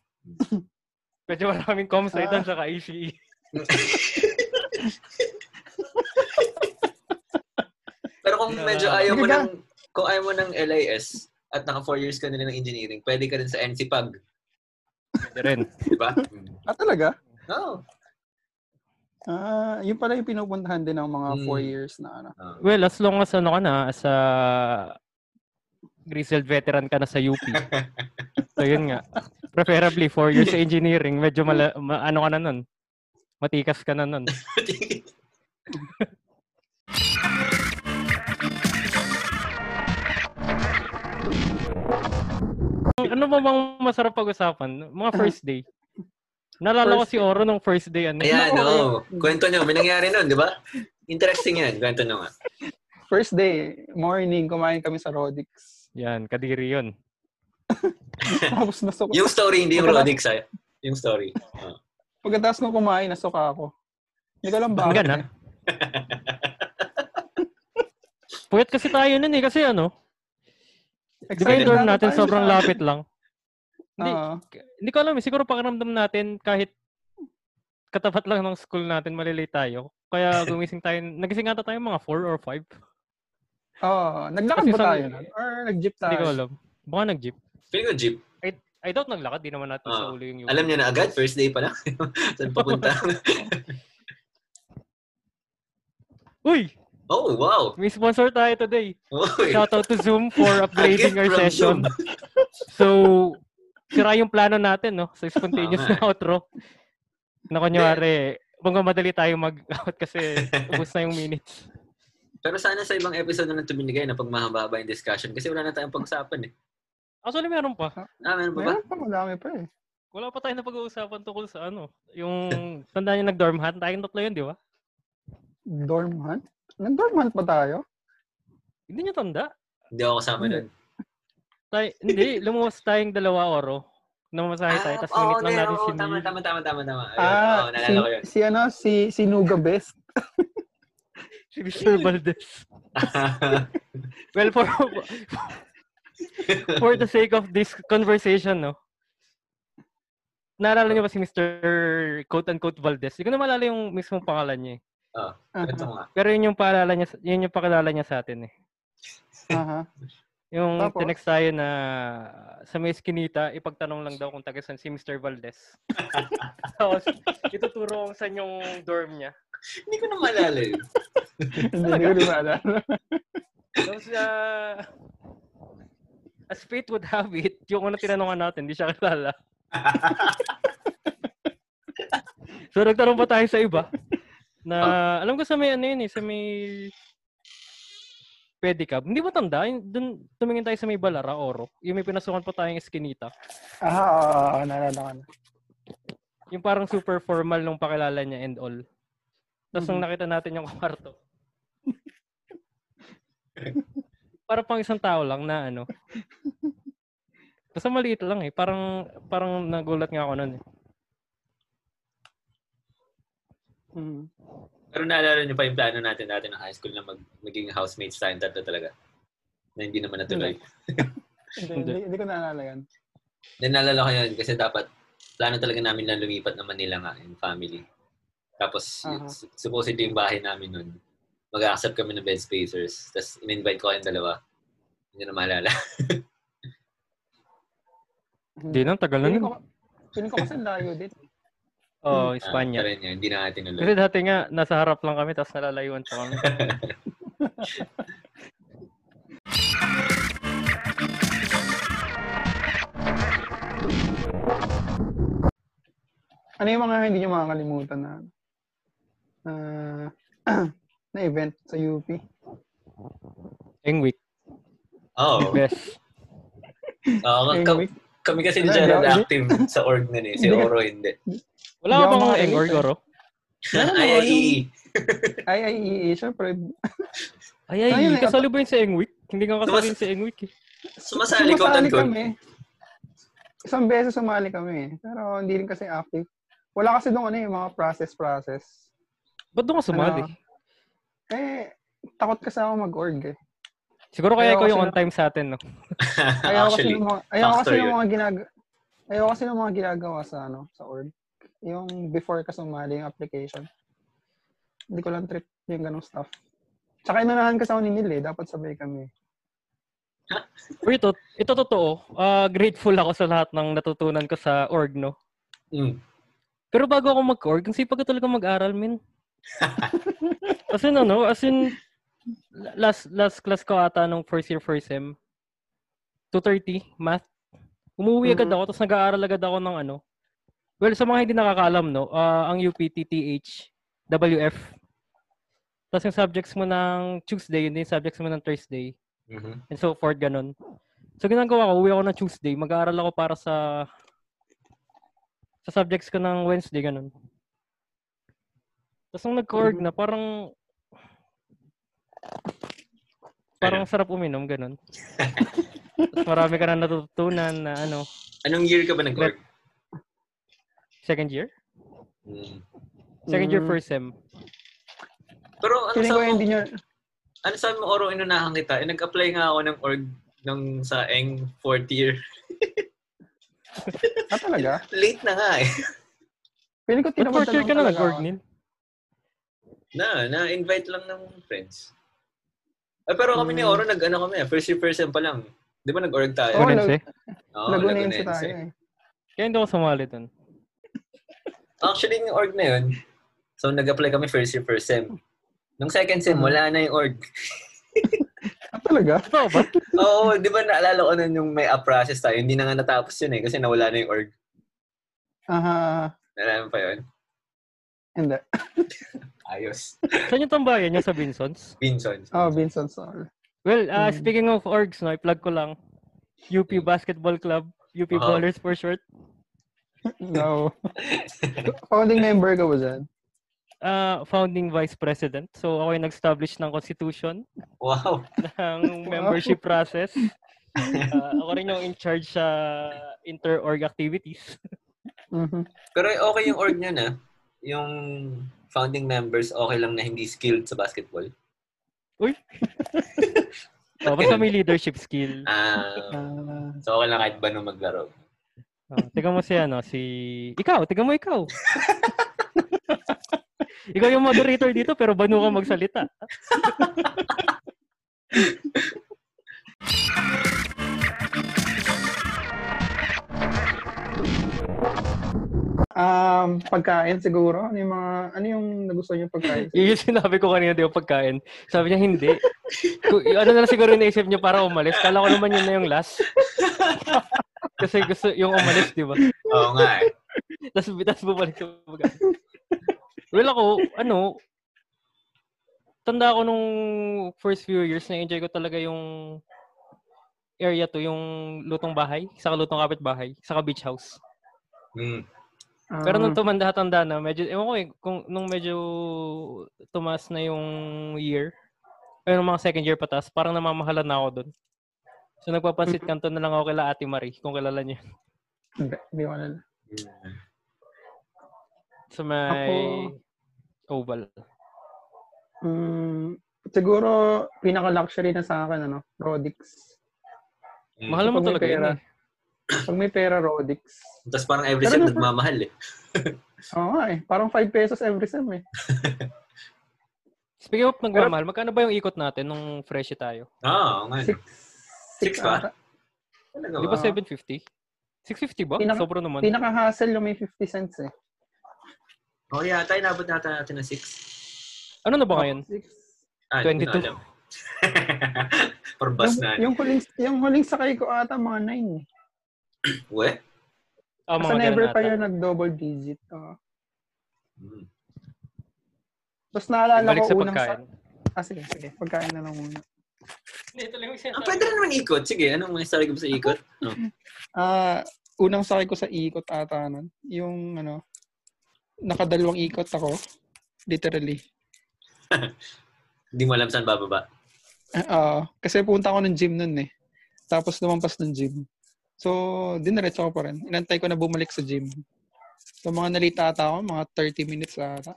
S1: Medyo maraming com sci doon, E saka ECE.
S3: Pero kung
S1: Yeah.
S3: medyo ayaw mo
S2: Hindi ka-
S3: ng kung ayaw mo ng LIS at naka 4 years ka nila ng engineering, pwede ka rin sa NCPAG,
S1: Pwede rin.
S3: di ba?
S2: Ah, talaga?
S3: Oo.
S2: Ah, yun pala yung pinupuntahan din ng mga
S3: Mm.
S2: 4 years na ano.
S3: Oo.
S1: Well, as long as ano ka na, as a grizzled veteran ka na sa UP. so, yun nga. Preferably, four years sa engineering. Medyo mala, ma- ano ka na nun. Matikas ka na nun. Ano ba bang masarap pag-usapan? Mga first day. Nalala ko
S2: First
S1: si Oro nung first day. Ano?
S3: Ayan, oo. Kwento nyo, may nangyari nun, di ba? Interesting yan. Kwento nyo nga.
S2: First day, morning, kumain kami sa Rodix.
S1: Yan, kadiri yun.
S2: Tapos nasuka.
S3: Yung story, hindi yung Rodix, ah. Yung story. Oh. Oo.
S2: Pagkatapos nung kumain, nasuka ako. Hindi ko alam
S1: Ang
S2: bakit.
S1: gana. Puyat kasi tayo nun eh. Kasi ano, di ba yung dorm natin sobrang lapit lang? Hindi,
S2: Oo.
S1: hindi ko alam eh. Siguro pakiramdam natin kahit katapat lang ng school natin, malilate tayo. Kaya gumising tayo, nagising ata tayo mga 4 or 5.
S2: Oo. naglakad
S1: Kasi
S2: ba
S1: sa-
S2: tayo nun? Or nag-jeep tayo?
S1: Hindi ko alam. Baka nag-jeep.
S3: Feeling ko jeep.
S1: I doubt naglakad. Di naman natin sa
S3: Ah,
S1: ulo yung
S3: Alam niya na agad, first day pa lang. Saan papunta?
S1: Uy!
S3: oh, wow!
S1: May sponsor tayo today.
S3: Uy.
S1: Shout out to Zoom for upgrading
S3: A gift
S1: our
S3: from
S1: session.
S3: Zoom.
S1: So, sira yung plano natin, no? Sa spontaneous
S3: Oo nga
S1: na outro. Na kunyari, bangga madali tayo mag-out kasi ubus na yung minutes.
S3: Pero sana sa ibang episode na lang tuminigay na pag mahaba-haba yung discussion kasi wala na tayong pag-usapan eh.
S1: Actually, meron pa.
S3: Ah, meron pa ba?
S2: Meron pa, madami pa eh.
S1: Wala pa tayo na pag-uusapan tungkol sa ano. Yung, tandaan niyo nag-dorm hunt. Tayong tatlo yun, di ba?
S2: Dorm hunt? Nag-dorm hunt pa tayo?
S1: Hindi niyo tanda.
S3: Hindi ako kasama
S1: Hmm.
S2: Hindi.
S3: nun.
S1: Tay, hindi, lumuwas tayong dalawa oro. Namasahe tayo, tapos minute lang
S3: na-
S1: natin
S3: Ah, oo,
S1: si
S3: tama, tama, tama, tama, tama. Ayun,
S2: ah,
S3: oo,
S2: si,
S3: naalala ko yun.
S2: si ano, si, si Nuga Best.
S1: si Mr. Valdez. Well, for, for the sake of this conversation, no? Naalala niyo ba si Mr. quote-unquote Valdez? Hindi ko na maalala yung mismong pangalan niya. eh.
S2: Aha,
S3: Ito nga.
S1: Pero yun yung paalala niya, yun yung pakilala niya sa atin eh.
S2: aha.
S1: Yung
S2: Tapos?
S1: tinext tayo na sa may eskinita, ipagtanong lang daw kung taga saan si Mr. Valdez. Tapos, ituturo kung saan yung dorm niya.
S3: Hindi ko na maalala yun.
S2: Hindi ko na maalala.
S1: Tapos, ah, as fate would have it, yung unang tinanongan natin, hindi siya kilala. so, nagtanong pa tayo sa iba. Na, alam ko sa may ano yun eh, sa may pedicab. Hindi mo tanda? Yung- Dun, tumingin tayo sa may Balara, Oro. Yung may pinasukan pa tayong eskinita.
S2: Aha, Ah, oo, oo, naalala ko na.
S1: Yung parang super formal nung pakilala niya and all. Tapos
S2: Mm-hmm.
S1: nung nakita natin yung kwarto. para pang isang tao lang na ano. Basta maliit lang eh. Parang, parang nagulat nga ako nun eh.
S2: Mhm.
S3: Pero naalala niyo pa yung plano natin dati ng high school na mag, maging housemates tayong tatlo talaga. Na hindi naman natuloy.
S1: Hmm.
S2: Hindi,
S1: Hindi.
S2: hindi, hindi ko naalala yan.
S3: Then naalala ko yun kasi dapat plano talaga namin na lumipat ng Manila nga in family. Tapos
S2: Aha.
S3: yung- supposedly yung bahay namin nun, mag-accept kami ng bed spacers. Tapos in-invite ko kayong dalawa. Hindi na maalala.
S1: Hindi nang tagal na
S2: Piling ko,
S1: nun.
S2: piling ko kasi layo din.
S1: Oo,
S3: Ah,
S1: Espanya.
S3: pero yun nga, hindi na natin tinuloy.
S1: Kasi dati nga, nasa harap lang kami, tapos nalalayuan pa kami.
S2: Ano yung mga hindi nyo makakalimutan na na, na event sa UP?
S1: Yung week.
S3: Oh,
S2: Oh.
S3: Oo.
S1: Best.
S3: Oo,
S2: Yung
S3: ka-
S2: week?
S3: kami kasi ni
S2: Wala,
S3: Gerald
S2: hindi.
S3: active sa org nun eh. Si
S2: Hindi.
S3: Oro hindi.
S1: Wala ka
S2: Hindi ako
S1: bang
S2: makarinig
S1: eng or
S2: eh.
S1: goro?
S3: Ay, ay,
S2: IIEA, syempre.
S1: Ay, ay,
S2: Ayun,
S1: hindi
S2: eh,
S1: ka kasali ba yun sa eng week? Hindi ka kasali yun sa eng week eh.
S3: Sumasali ko tangkol.
S2: kami. Isang beses sumali kami. eh. Pero hindi rin kasi active. Wala kasi doon ano eh, mga process-process.
S1: Ba't doon ka sumali?
S2: Ano? Eh, takot kasi ako mag-org eh.
S1: Siguro kaya
S2: Ayaw
S1: ko
S2: kasi
S1: yung on
S2: na-
S1: time sa atin, no?
S2: Ayaw kasi
S3: Actually,
S2: ng mga, ayaw kasi
S3: factor
S2: ng
S3: yun.
S2: mga ginag- ayaw kasi ng mga ginagawa sa ano, sa org. Yung before ka sumali yung application. Hindi ko lang trip yung ganong stuff. Tsaka inunahan kasi ako ni Neil eh. Dapat sabay kami.
S1: Pero ito, ito totoo. Ah, grateful ako sa lahat ng natutunan ko sa org, no?
S3: mm.
S1: Pero bago ako mag-org, ang sipag ko talaga mag-aral, min. as in, ano, as in, last, last class ko ata nung first year, first sem, 2.30, math. Umuwi agad
S2: Mhm.
S1: ako, tapos nag-aaral agad ako ng ano. Well, sa mga hindi nakakaalam, no, ah, ang UPTTH, WF. Tapos yung subjects mo ng Tuesday, hindi yung subjects mo ng Thursday
S3: Mhm.
S1: and so forth, ganun. So, ginagawa ko, uwi ako ng Tuesday, mag-aaral ako para sa sa subjects ko ng Wednesday, ganun. Tapos nung
S2: Mm-hmm.
S1: nag-org na, parang parang sarap uminom, ganun. Tapos marami ka na natutunan na ano,
S3: Anong year ka ba nag-org?
S1: second year?
S3: Mm.
S1: Second year,
S2: Mm.
S1: first sem.
S3: Pero ano
S2: Feeling
S3: sa
S2: ko
S3: mo,
S2: hindi nyo,
S3: ano sa mo, Oro, inunahan kita? Eh, nag-apply nga ako ng org ng sa Eng fourth year.
S2: ah talaga?
S3: Late na nga eh.
S2: Feeling ko
S1: But fourth
S2: tinapunta
S1: year
S2: lang
S1: ka na
S2: talaga
S1: nag-org,
S2: ako.
S1: Neil.
S3: Na, na-invite lang ng friends. Ay, pero kami ni
S2: Hmm.
S3: Oro, nag-ano kami, eh, first year, first sem pa lang. Di ba nag-org tayo?
S2: Oo,
S1: Laguna
S2: nag-
S1: eh.
S3: Oo,
S2: Lagunense
S3: Lagunense.
S2: tayo eh.
S1: Kaya hindi ako sumali dun.
S3: Actually, yung org na yun, so nag-apply kami first year, first sem. Nung second
S2: Hmm.
S3: sem, wala na yung org.
S2: Ah, talaga?
S1: Totoo ba?
S3: Oo, di ba naalala ko nun yung may up-process tayo, hindi na nga natapos yun eh, kasi nawala na yung org.
S2: Ah,
S3: Nalaman pa yun.
S2: hindi.
S3: Ayos.
S1: Saan yung tambayan niya sa Vinsons?
S3: Vincent.
S2: Oh, Vincent Sol.
S1: Well, uh,
S2: Mm.
S1: speaking of orgs, no, i-plug ko lang. UP Basketball Club, UP
S3: Mm. Aha.
S1: Ballers for short.
S2: No. Founding member ka ba dyan?
S1: Uh, founding vice president. So, ako yung nag-establish ng constitution,
S3: Wow.
S1: ng membership process. Uh, ako rin yung in charge sa inter-org activities.
S2: Mhm.
S3: Pero okay yung org niya na. Yung founding members, okay lang na hindi skilled sa basketball.
S1: Oh, basta may leadership skill.
S3: Ah,
S2: Ah,
S3: so okay lang kahit ba nung maglaro.
S1: Oh, tiga mo si ano, si... Ikaw, tiga mo ikaw. ikaw yung moderator dito pero banu ka magsalita.
S2: um, pagkain siguro? Ano yung mga, ano yung nagustuhan niyo pagkain?
S1: Yun yung sinabi ko kanina di ba pagkain. Sabi niya, hindi. Ku- ano na lang siguro yung naisip niya para umalis. Kala ko naman yun na yung last. Kasi gusto yung umalis, di ba?
S3: Oo nga eh.
S1: Tapos, tapos bumalik sa pagkain. Well, ako, ano, tanda ko nung first few years, na-enjoy ko talaga yung area to, yung lutong bahay, sa lutong kapitbahay, sa beach house.
S3: Mm.
S2: Ah,
S1: Pero nung tumanda-tanda na, medyo, ewan ko eh, kung, nung medyo tumaas na yung year, ayun, mga second year patas, parang namamahalan na ako doon. So nagpapansit kanto na lang ako kila Ate Marie, kung kilala niyo.
S2: hindi, hindi ko alala.
S1: Sa
S3: Hmm.
S1: may oval.
S2: Mm, siguro, pinaka-luxury na sa akin, ano, Rodix.
S3: Mm.
S1: Mahal mo
S2: Kapag may
S1: talaga yun
S2: pera.
S1: eh.
S2: Pag may pera, Rodix.
S3: Tapos parang every
S2: Pero
S3: set
S2: nung-
S3: nagmamahal eh.
S2: Oo nga eh. Parang 5 pesos every sem eh.
S1: Speaking of nagmamahal, magkano ba yung ikot natin nung fresh tayo?
S3: Ah,
S1: Ano?
S3: Oo nga. Ano no.
S2: 6.
S3: Six ba? Talaga
S1: Di
S3: ba?
S1: ba
S2: Oo.
S1: 750? 650 ba?
S2: Pinaka-
S1: Sobra naman.
S2: Pinaka-hassle yung may 50 cents
S1: Ano
S2: eh.
S3: Oh, yata. Inabot natin natin na 6.
S1: ano na ba ngayon?
S2: Six.
S3: Ah, 22.
S1: 22.
S3: Alam. Or bus
S2: yung,
S3: na.
S2: yung huling, yung huling sakay ko ata mga 9 eh.
S3: Uwe?
S1: Ah,
S2: Kasi
S1: mga
S2: never
S1: ganun
S2: pa
S1: ata.
S2: yun nag-double digit. Oo.
S3: Mm.
S2: Tapos naalala
S1: Balik
S2: ko
S1: sa
S2: unang sa...
S1: pagkain.
S2: Ah, sige, sige. Pagkain na lang muna.
S3: Ah, pwede rin naman ikot. Sige, anong may story ko sa ikot?
S2: Ah, unang sakay ko sa ikot ata nun. Yung ano, nakadalawang ikot ako. Literally.
S3: Hindi mo alam saan bababa.
S2: Ah, ah, kasi punta ako ng gym nun eh. Tapos lumampas ng gym. So, dinaretso ko pa rin. Inantay ko na bumalik sa gym. So, mga nalita ata ako, mga 30 minutes ata.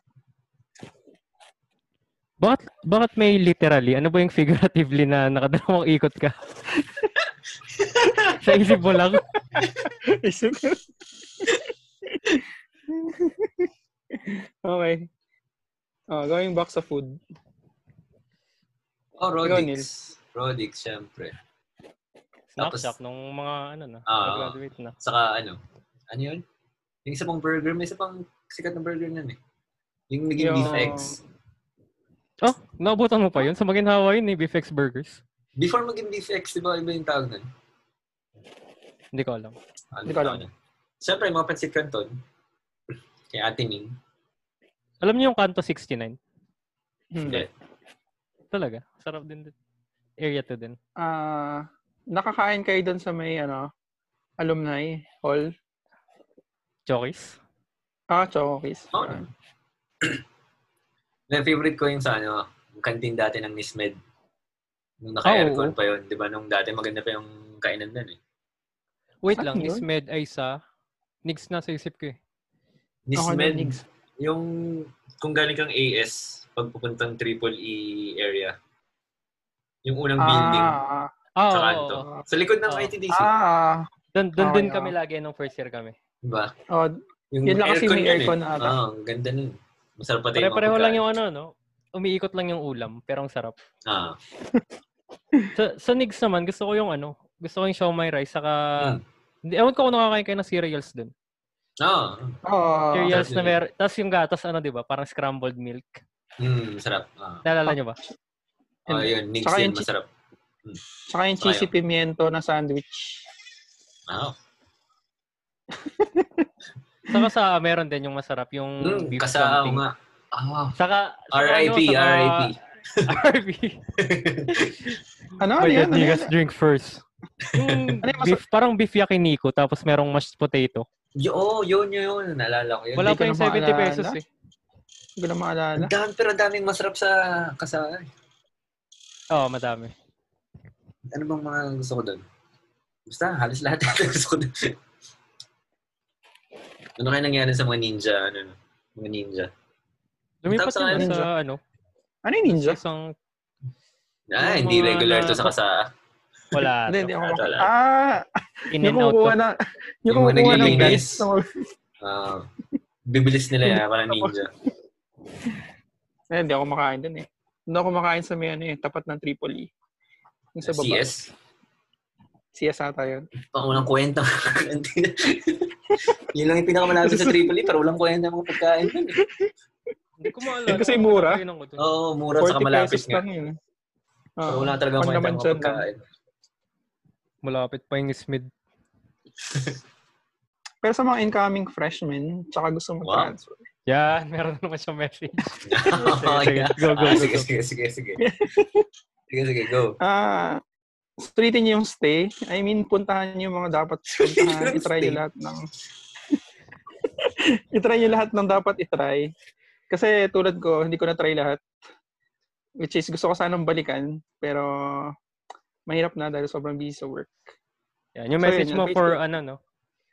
S1: Bakit, bakit may literally? Ano ba yung figuratively na nakadalawang ikot ka? Sa isip mo lang.
S2: Isip ko. okay. Oh, going back sa food.
S3: Oh,
S2: Ikaw, Neil.
S3: Rodix. Rodix, syempre.
S1: Snack
S3: Tapos-
S1: shop nung mga ano na,
S3: Ah.
S1: graduate na.
S3: Saka ano, ano yun? Yung isa pang burger, may isa pang sikat na burger nun eh. Yung naging
S2: Yung-
S3: beef eggs.
S1: Oh, naabutan mo pa yun? Sa Maginhawa yun eh, BeefX Burgers.
S3: Before maging beef eggs, di ba iba yung tawag nun?
S1: Hindi ko alam.
S3: Ano
S2: Hindi ko alam.
S3: tawag nun? Syempre, yung mga pansit canton. Kay Ate Ning.
S1: Alam niyo yung Kanto 69?
S2: Hmm.
S3: Hindi.
S1: Talaga. Sarap din din. Area to din.
S2: Ah, nakakain kayo doon sa may ano, alumni hall.
S1: Chokis?
S2: Ah, Chokis.
S3: Oo.
S2: Hmm.
S3: Na Oh, ano? favorite ko yung sa ano, yung kantin dati ng Miss Med. Nung
S1: Ah,
S2: Oh.
S3: naka-aircon
S1: oo.
S3: pa yun. Di ba nung dati maganda pa yung kainan nun eh.
S1: Wait
S2: Saan
S1: lang,
S2: yun?
S1: is Med ay sa... Nix na sa isip ko eh.
S3: Miss
S2: Ako
S3: Med,
S2: narinig.
S3: yung kung galing kang AS, pagpupuntang Triple E area. Yung unang building.
S2: Ah,
S1: Ah,
S3: sa
S1: oo,
S3: kanto.
S1: oo.
S3: Sa likod ng
S1: Oo.
S3: ITDC.
S2: ah,
S1: Doon doon
S2: Okay,
S1: din kami
S2: oo.
S1: lagi nung first year kami.
S3: Diba?
S2: oh,
S3: Yung
S2: Yun lang kasi may
S3: yun
S2: aircon
S3: eh.
S2: ata.
S3: Oo, ang ganda nun. Masarap pa tayo.
S1: Pare-pareho lang yung ano, no? umiikot lang yung ulam, pero ang sarap.
S3: Ah,
S1: Sa, sa Nigs naman, gusto ko yung ano, gusto ko yung siomai rice, saka,
S3: Hmm.
S1: hindi, ewan ko kung nakakain kayo ng cereals dun.
S3: ah.
S2: Oo.
S1: Cereals na
S3: definitely.
S1: meron, tapos yung gatas, ano, di ba, parang scrambled milk.
S3: Mm, sarap. Ah,
S1: Naalala nyo ba?
S3: ah yun. Nix
S2: Tsaka
S3: yan,
S2: yung chi-
S3: masarap.
S2: Tsaka yung cheesy pimiento na sandwich.
S3: Ah,
S1: Saka sa meron din yung masarap,
S2: Hmm,
S1: yung
S3: mm,
S1: beef
S3: kasama
S1: something.
S3: nga. Ah,
S1: Saka, saka
S3: R.I.P.
S1: ano, saka- R.I.P.
S3: R.I.P.
S2: Ano, ano yan? Ano yan?
S1: drink first. Yung
S2: Ano yung mas-
S1: beef, parang beef yakiniku, tapos merong mashed potato.
S3: Yo, oh, yun, yun, yun. Naalala ko yun.
S1: Wala
S2: hindi ko
S1: pa yung
S2: na
S1: 70
S2: maalala.
S1: pesos eh.
S2: Hindi ko na maalala.
S3: Ang dami, pero ang daming masarap sa kasama.
S1: Oo, madami.
S3: Ano bang mga gusto ko doon? Basta, halos lahat yung gusto ko doon. ano kaya nangyari sa mga ninja? Ano, mga ninja?
S1: Lumipat
S3: Tapos sa
S1: yun
S2: ninja.
S1: sa ano,
S2: Ano yung ninja?
S1: isang
S3: Ah,
S1: Yung
S3: hindi
S1: mga
S3: regular to
S1: na-
S3: sa kasa.
S1: wala.
S2: Hindi, hindi
S1: to.
S2: ako
S3: Wala.
S2: maka- Ah!
S1: In
S2: Yung
S1: and out.
S2: kumukuha
S1: to.
S2: na, yung
S3: Yung mga
S2: kumukuha ng
S3: naglilinis.
S2: base.
S3: Ah, bibilis nila yan, parang ninja.
S2: Eh, hindi ako makain dun eh. Hindi ako makain sa may ano eh, tapat ng Tripoli. Yung sa baba.
S3: CS?
S2: CS ata yun.
S3: Pangulang kwenta. yun lang yung pinakamalapit sa Tripoli, pero walang kwenta mga pagkain. dun eh.
S1: Hindi ko maalala.
S2: Kasi mura.
S1: Kainan ko to.
S3: Oo, oh, mura
S2: 40
S3: sa malapit
S2: pesos
S3: nga.
S2: lang yun. eh.
S3: Pero
S2: Oo.
S3: wala talaga
S2: Pang
S3: kwenta
S2: naman
S3: mga
S2: dyan,
S3: pagkain.
S1: Malapit pa yung Smith.
S2: Pero sa mga incoming freshmen, tsaka gusto mo
S3: Wow.
S2: transfer.
S1: Yan, meron na naman siyang message.
S3: Oh,
S1: Sige,
S3: yeah.
S1: sige. Go, go,
S3: Ah,
S1: go,
S3: Sige,
S1: go.
S3: sige, sige, sige. Sige, sige, go.
S2: Ah, sulitin niyo yung stay. I mean, puntahan niyo yung mga dapat puntahan.
S3: Yung
S2: itry
S3: stay.
S2: niyo lahat ng... itry niyo lahat ng dapat itry. Kasi tulad ko, hindi ko na-try lahat. Which is, gusto ko sanang balikan. Pero, mahirap na dahil sobrang busy sa work.
S1: Yan, yung
S2: So, yun,
S1: message
S2: yun,
S1: mo for
S2: Facebook.
S1: ano, no?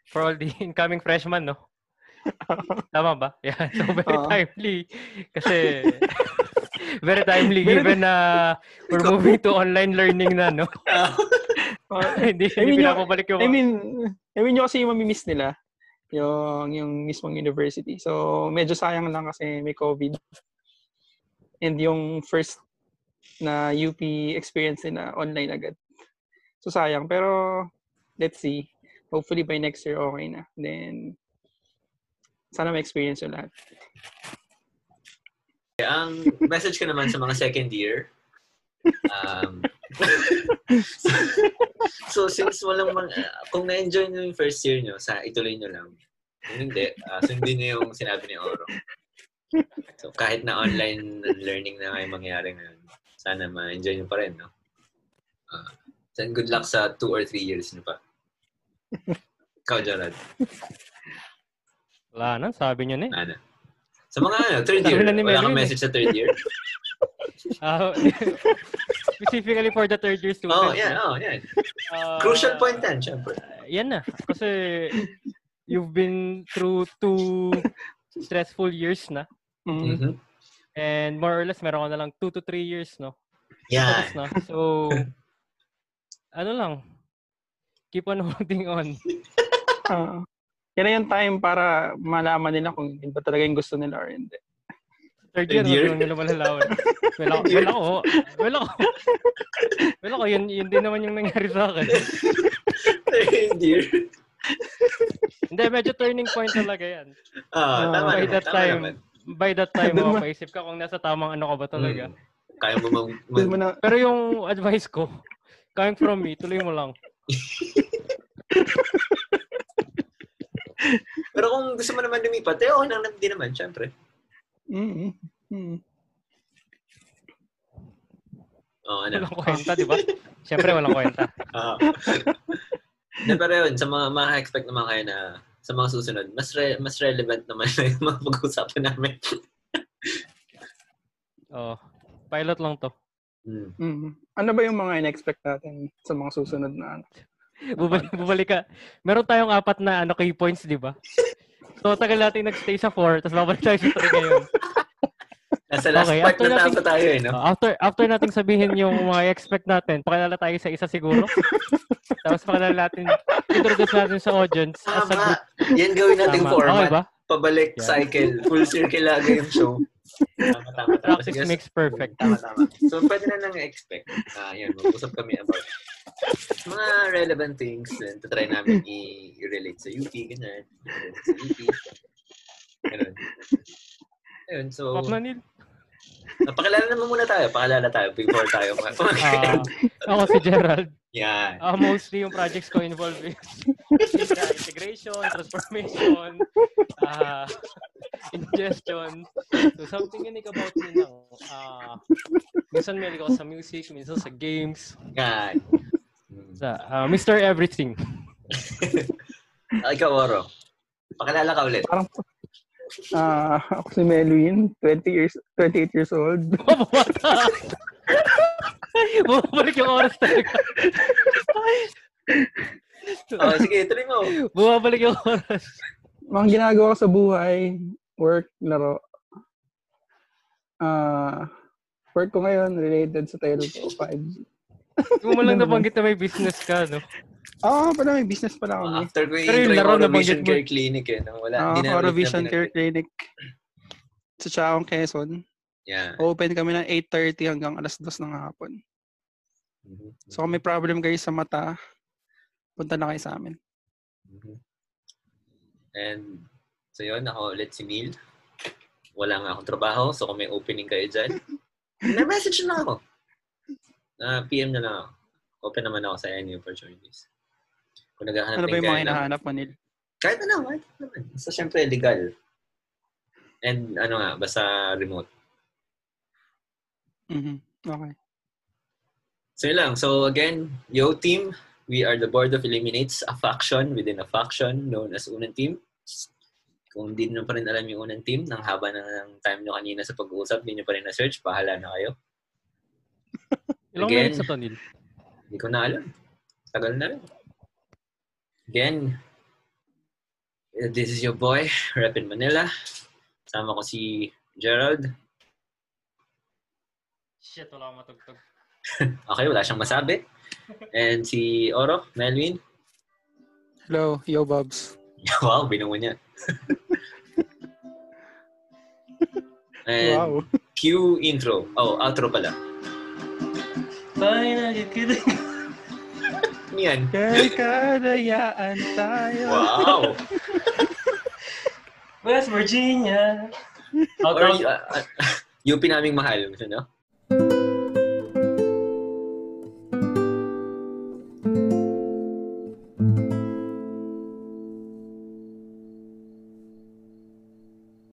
S1: For all the incoming freshmen, no? Tama ba? Yan. So, very
S2: Oo.
S1: timely. Kasi, very timely
S2: Very-
S1: given na we're moving to online learning na, no?
S2: Ah,
S1: hindi,
S2: I mean,
S1: hindi
S2: yung-
S1: pinapabalik yung...
S2: I mean, I mean yung kasi yung mamimiss nila, yung, yung mismong university. So, medyo sayang lang kasi may COVID. And yung first na UP experience nila online agad. So, sayang. Pero, let's see. Hopefully, by next year, okay na. Then, sana ma-experience yung lahat.
S3: Ang message ko naman sa mga second year, um, so since walang mga, kung na-enjoy nyo yung first year nyo, sa ituloy nyo lang. Kung hindi, ah, sundin nyo yung sinabi ni Oro. So kahit na online learning na nga yung mangyari ngayon, sana ma-enjoy nyo pa rin, no? Ah, then good luck sa two or three years nyo pa. Ikaw, Jared.
S1: Wala na, sabi niyo na eh.
S3: Ano? Sa mga ano, third
S1: Sabi
S3: year.
S1: na ni
S3: Wala kang
S1: Melvin eh.
S3: message sa third year?
S1: Ah, specifically for the third year students.
S3: Oh, yeah, oh, yeah.
S1: Ah,
S3: Crucial point yan, syempre.
S1: Yan na. Kasi you've been through two stressful years na.
S2: Mm.
S1: Mm-hmm.
S3: Mhm.
S1: And more or less, meron ka na lang two to three years, no?
S3: Yan.
S1: Tapos na. So, ano lang. Keep on holding on.
S2: Ah, yan na yung time para malaman nila kung yun ba talaga yung gusto nila or hindi.
S1: Third year,
S3: Third year?
S1: year? wag nila malalaman. Well, ako, well, ako, well, ako, well, ako, yun, yun din naman yung nangyari sa akin.
S3: Third year.
S1: Hindi, medyo turning point talaga yan.
S3: Ah, tama
S1: By
S3: naman,
S1: that
S3: tama
S1: time,
S3: naman.
S1: by that time,
S3: Ano
S2: Dun mo-
S1: mapaisip ka kung nasa tamang ano ka ba talaga.
S3: Mm. Kaya mo mag...
S2: Doon mo
S3: mag-
S2: na,
S1: Pero yung advice ko, coming from me, tuloy mo lang.
S3: Pero kung gusto mo naman lumipat, eh, okay lang naman din naman, syempre.
S2: mm, mm.
S3: Oo, ano.
S1: Walang kwenta, di ba? Siyempre, walang kwenta.
S3: Ah. Na, pero yun, sa mga maka-expect naman kayo na sa mga susunod, mas re- mas relevant naman na yung mga pag-uusapan namin.
S1: Oh, pilot lang to.
S3: Mm.
S2: Mm. Ano ba yung mga in-expect natin sa mga susunod na ano?
S1: Bubalik, bubalik ka. Meron tayong apat na ano, key points, di ba? So, tagal natin nagstay sa 4, tapos babalik tayo sa 3 ngayon.
S3: Nasa last
S1: Okay,
S3: part
S1: after
S3: na
S1: natin-
S3: tapo tayo, eh, no?
S1: Oh, after after nating sabihin yung mga expect natin, pakilala tayo sa isa siguro. Tapos pakilala natin, introduce natin sa audience Ah, as a
S3: Tama.
S1: group.
S3: Yan gawin nating
S1: Tama.
S3: format.
S1: Okay ba?
S3: Pabalik,
S1: Yeah.
S3: cycle. Full circle lagi yung show. Tama, tama, tama.
S1: Practice
S3: Yes.
S1: makes perfect.
S3: Tama, tama. So, pwede na nang expect. Ah, yan. Mag-usap kami about mga relevant things and to try namin i- i-relate sa UP, ganyan. I-relate Sa UP. Ganun. Ayun, so,
S1: Pop na nil.
S3: napakilala naman muna tayo. Pakilala tayo before tayo. Mag-
S1: Ah, ako si Gerald.
S3: yan.
S1: Ah, mostly yung projects ko involved is data integration, transformation, ah, ingestion. So something unique about me lang. Ah, minsan may ako sa music, minsan sa games.
S3: Yan.
S1: Sa, ah, Mr. Everything.
S3: Ah, ikaw, Oro. Pakilala ka ulit.
S2: Parang, ah, ako si Melwin, 20 years, 28 years old.
S1: Oh, Mababata! Bumabalik yung oras talaga.
S3: Oh, sige, tuloy mo.
S1: Bumabalik yung oras.
S2: Mga ginagawa ko sa buhay, work, laro. Ah, work ko ngayon related sa Telco 5G.
S1: Hindi mo man lang nabanggit na may business ka, no?
S2: Ah, pala may business pala kami.
S3: After ko yung
S1: Pero yung
S3: intro yung
S1: laro na
S3: Oro Vision
S1: banggit mo.
S3: Care Clinic eh. No? Wala,
S2: Ah,
S3: hindi na-
S2: Oro
S3: hindi na
S2: Vision Care
S3: pinag-
S2: Clinic. Sa Chaong, Quezon.
S3: Yeah.
S2: Open kami ng 8.30 hanggang alas 2 ng hapon.
S3: Mhm.
S2: So kung may problem kayo sa mata, punta na kayo sa amin.
S3: Mhm. And so yun, ako ulit si Neil. Wala nga akong trabaho, so kung may opening kayo dyan, na-message na ako. Na PM na lang ako. Open naman ako sa any opportunities. Kung naghahanap
S2: Ano ba
S3: din
S2: yung
S3: kayo
S2: mga
S3: ng-
S2: hinahanap mo, Neil?
S3: Kahit na naman, kahit na naman. So, syempre, legal. And ano nga, basta remote.
S2: Mhm. Okay.
S3: So, yun lang. So, again, yo team, we are the board of eliminates a faction within a faction known as unang team. Kung hindi nyo pa rin alam yung unang team, nang haba na ng time nyo kanina sa pag-uusap, hindi nyo pa rin na-search, pahala na kayo.
S1: Ilang
S3: Again.
S1: minutes na to, Neil?
S3: Hindi ko na alam. Tagal na rin. Again, this is your boy, Rep in Manila. Sama ko si Gerald.
S1: Shit, wala akong matugtog.
S3: Okay, wala siyang masabi. And si Oro, Melvin.
S2: Hello, yo, Bobs.
S3: Wow, binuo niya. And
S2: Wow.
S3: cue intro. Oh, outro pala.
S1: Finally, kidding.
S3: Ano yan?
S2: Kay kalayaan tayo.
S3: Wow!
S1: West Virginia.
S3: Or, uh, uh, UP naming mahal. You know?